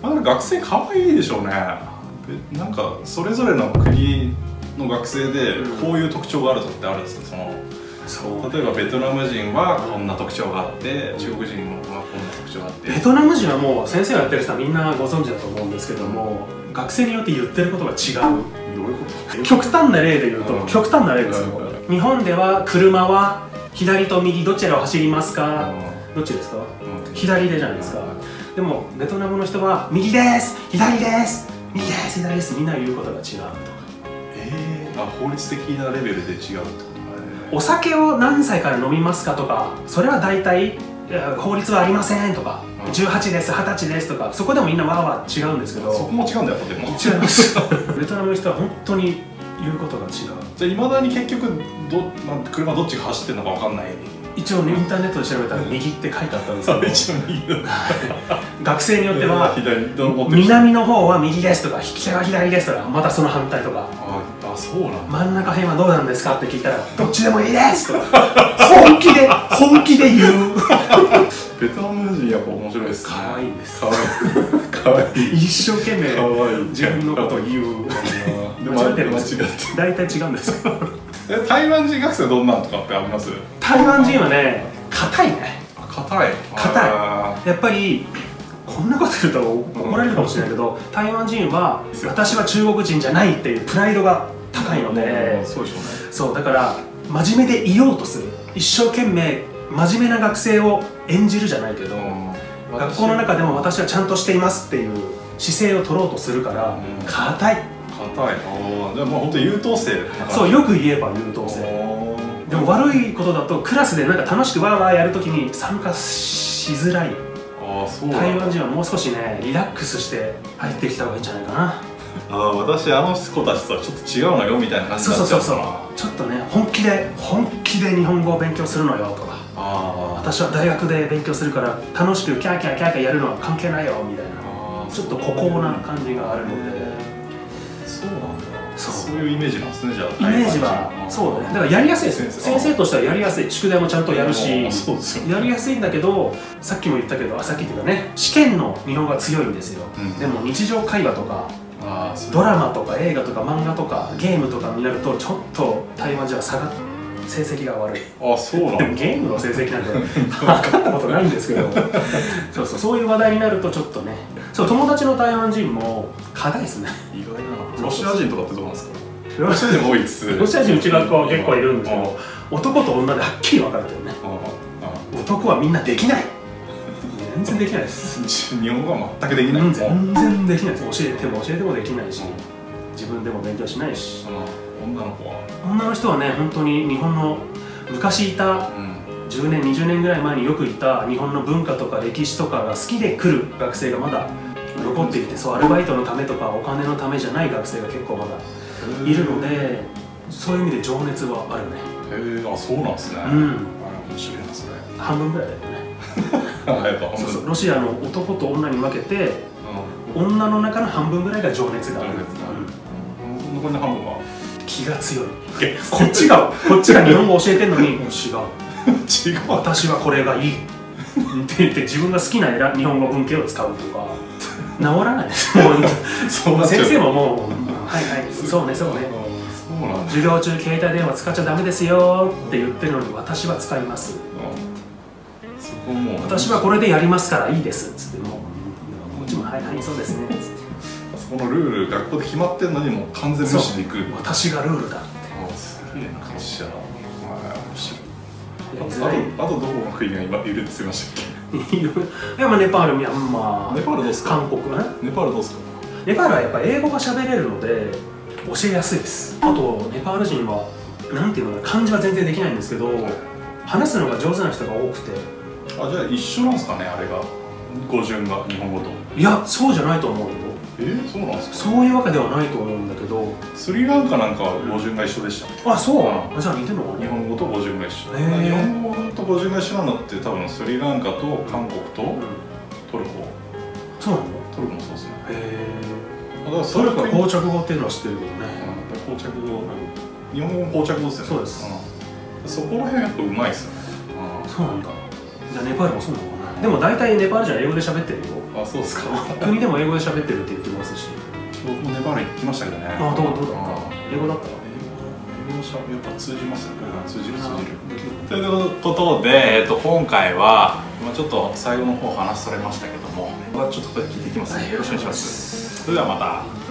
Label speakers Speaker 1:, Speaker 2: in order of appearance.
Speaker 1: 分学生可愛いでしょうねでなんかそれぞれの国の学生でこういう特徴があるとかってあるんですかその
Speaker 2: そう
Speaker 1: 例えばベトナム人はこんな特徴があって中国人はこんな特徴があって
Speaker 2: ベトナム人はもう先生がやってる人はみんなご存知だと思うんですけども学生によって言ってることが違う
Speaker 1: どういうこと
Speaker 2: 極端な例で言うと、
Speaker 1: うん
Speaker 2: 極端な例ですよ、
Speaker 1: う
Speaker 2: 日本では車は左と右どちらを走りますか、どっちですか
Speaker 1: うん
Speaker 2: 左でじゃないですかでもベトナムの人は右です左です右です左ですみんな言うことが違うとか
Speaker 1: えー、あ法律的なレベルで違うってこと
Speaker 2: お酒を何歳から飲みますかとかそれは大体いや法律はありませんとか、
Speaker 1: うん
Speaker 2: 18です20歳ですとかそこでもみんなわーわー違うんですけど
Speaker 1: そこも違うんだよでも
Speaker 2: 違いますベトナムの人は本当に言うことが違う
Speaker 1: じゃあいまだに結局ど、まあ、車どっちが走ってるのかわかん ない
Speaker 2: 一応ねインターネットで調べたら右って書いてあったんですけど
Speaker 1: 一応右だ
Speaker 2: 学生によっては
Speaker 1: 左どう思ってる人
Speaker 2: 南の方は右ですとか引き手は左ですとかまたその反対とか
Speaker 1: ああそうなんだ
Speaker 2: 真ん中辺はどうなんですかって聞いたらどっちでもいいですとか本気で本気で 言う
Speaker 1: ベトナム人やっぱ面白いですね
Speaker 2: 可愛いです
Speaker 1: かわいいかわいい
Speaker 2: 一生懸命
Speaker 1: かわいい
Speaker 2: 自分のことを言う
Speaker 1: でも
Speaker 2: 間違ってる
Speaker 1: 間違ってる
Speaker 2: 大体違うんですけど
Speaker 1: え台湾人学生どんなんとかってあります
Speaker 2: 台湾人はね硬いね
Speaker 1: あ硬い
Speaker 2: 硬い
Speaker 1: あ
Speaker 2: やっぱりこんなこと言うと怒られるかもしれないけど、台湾人は私は中国人じゃないっていうプライドが
Speaker 1: ー
Speaker 2: 高いので、
Speaker 1: そうでしょうね
Speaker 2: そうだから真面目でいようとする一生懸命真面目な学生を演じるじゃないけど、
Speaker 1: うん
Speaker 2: 学校の中でも私はちゃんとしていますっていう姿勢を取ろうとするから
Speaker 1: うん
Speaker 2: 硬い、
Speaker 1: 硬いああでも本当優等生
Speaker 2: そう
Speaker 1: 優
Speaker 2: よく言えば優等生でも悪いことだとクラスでなんか楽しくワーワーやるときに参加しづらい
Speaker 1: ああそうなんだ
Speaker 2: 台湾人はもう少しねリラックスして入ってきた方がいいんじゃないかな
Speaker 1: ああ私あの子たちとはちょっと違うのよみたいな感じ
Speaker 2: そう
Speaker 1: にな
Speaker 2: そう
Speaker 1: っちゃ
Speaker 2: そううそうちょっとね本気で本気で日本語を勉強するのよとか
Speaker 1: あ
Speaker 2: 私は大学で勉強するから楽しくキャーキャーキャーキャーやるのは関係ないよみたいな
Speaker 1: あ
Speaker 2: ちょっと孤高な感じがあるので
Speaker 1: そうなんだ
Speaker 2: そう
Speaker 1: いうイメージなんですねじゃあ
Speaker 2: イメージ
Speaker 1: 台
Speaker 2: は
Speaker 1: 湾人
Speaker 2: そうだねだからやりやすいです
Speaker 1: 先生
Speaker 2: 先生としてはやりやすい宿題もちゃんとやるし
Speaker 1: ああそうですよ
Speaker 2: やりやすいんだけどさっきも言ったけどあさっきっていうかね試験の日本語が強いんですよ、
Speaker 1: うん
Speaker 2: でも日常会話とか
Speaker 1: ああそう
Speaker 2: ドラマとか映画とか漫画とかゲームとかになるとちょっと台湾人は下がっ成績が悪い
Speaker 1: あそうなん
Speaker 2: で
Speaker 1: だ
Speaker 2: もゲームの成績なんて分かったことないんですけどそうそうそういう話題になるとちょっとねそう友達の台湾人も課題ですね
Speaker 1: 意外だなロシア人とかってどうなんですかロシア
Speaker 2: ロ
Speaker 1: 人も多いっす
Speaker 2: シア人うち学校は結構いるんですけ
Speaker 1: あ
Speaker 2: ど男と女ではっきり分かれてるね
Speaker 1: あああ
Speaker 2: 男はみんなできない全然できないです
Speaker 1: 日本語は全くできない、
Speaker 2: うん
Speaker 1: もう
Speaker 2: 全然できないです教えても教えてもできないし自分でも勉強しないし
Speaker 1: うん女の子は、
Speaker 2: 女の人はね本当に日本の昔いた10年20年ぐらい前によくいた日本の文化とか歴史とかが好きで来る学生がまだ残っていてそうアルバイトのためとかお金のためじゃない学生が結構まだいるの
Speaker 1: へ
Speaker 2: でそういう意味で情熱はあるね
Speaker 1: えあそうなんですね、
Speaker 2: うん
Speaker 1: あ面白いなそれ
Speaker 2: 半分ぐらいだよね
Speaker 1: あやっぱ本当
Speaker 2: そう
Speaker 1: に
Speaker 2: そうロシアの男と女に分けて
Speaker 1: うん
Speaker 2: 女の中の半分ぐらいが情熱がある
Speaker 1: 情熱がある
Speaker 2: うん
Speaker 1: うん残りの半分は
Speaker 2: 気が強いこっちがこっちが日本語教えてんのにもう違う
Speaker 1: 違う
Speaker 2: 私はこれがいいって言って自分が好きな選日本語文系を使うとか治らないですもう
Speaker 1: そうなっちゃう
Speaker 2: 先生ももう「はいはい そうねそうね
Speaker 1: うんそうなんだ
Speaker 2: 授業中携帯電話使っちゃダメですよ」って言ってるのに私は使います
Speaker 1: うんそこもう
Speaker 2: 私はこれでやりますからいいですっつってもうこっちも「はいはいそうですね」つって
Speaker 1: そこのルール学校で決まってんのにもう完全無視でいく
Speaker 2: 私がルールだ
Speaker 1: あすげえなロシアだはい面白い
Speaker 2: やりづらい
Speaker 1: あとあとどこの国が今いるって言いましたっ
Speaker 2: いろいろでもネパールミャンマ
Speaker 1: けネ
Speaker 2: ー
Speaker 1: パールどうっすか
Speaker 2: 韓国ね
Speaker 1: ネパールどうっすか
Speaker 2: ネパールはやっぱ英語が喋れるので教えやすいですあとネパール人はなんていうのかな漢字は全然できないんですけど話すのが上手な人が多くて
Speaker 1: あじゃあ一緒なんですかねあれが語順が日本語と
Speaker 2: いやそうじゃないと思うよ
Speaker 1: えー、そうなんですか
Speaker 2: そういうわけではないと思うんだけど
Speaker 1: スリランカなんかは語順が一緒でした、
Speaker 2: あそうあじゃあ似てるのか
Speaker 1: 日
Speaker 2: な
Speaker 1: 本語と語順が一緒、
Speaker 2: へー
Speaker 1: 日本語と語順が一緒なのって多分スリランカと韓国と
Speaker 2: うん
Speaker 1: トルコ
Speaker 2: そうなの
Speaker 1: トルコもそうですね
Speaker 2: へえ
Speaker 1: だから
Speaker 2: トルコは
Speaker 1: 膠
Speaker 2: 膠着語っていうのは知ってるけどね
Speaker 1: 着語日本語も膠着語ですよね
Speaker 2: そうです
Speaker 1: んそこら辺やっぱうまいですよね
Speaker 2: そうなんだじゃあネパールもそうなのかなでも大体ネパール人は英語で喋ってるよ
Speaker 1: あそうですか
Speaker 2: 国でも英語で喋ってるって言ってますし
Speaker 1: 僕もネパール行きましたけどね
Speaker 2: あどうどうだ
Speaker 1: あ
Speaker 2: っ
Speaker 1: ー
Speaker 2: た英語だった
Speaker 1: 英語しゃやっぱ通じますよね通じる通じる
Speaker 2: できる
Speaker 1: ということで、えっと今回は、まあ、ちょっと最後の方話されましたけども、まあ、ちょっと聞いていきますね、よろしくお願いしますそれではまた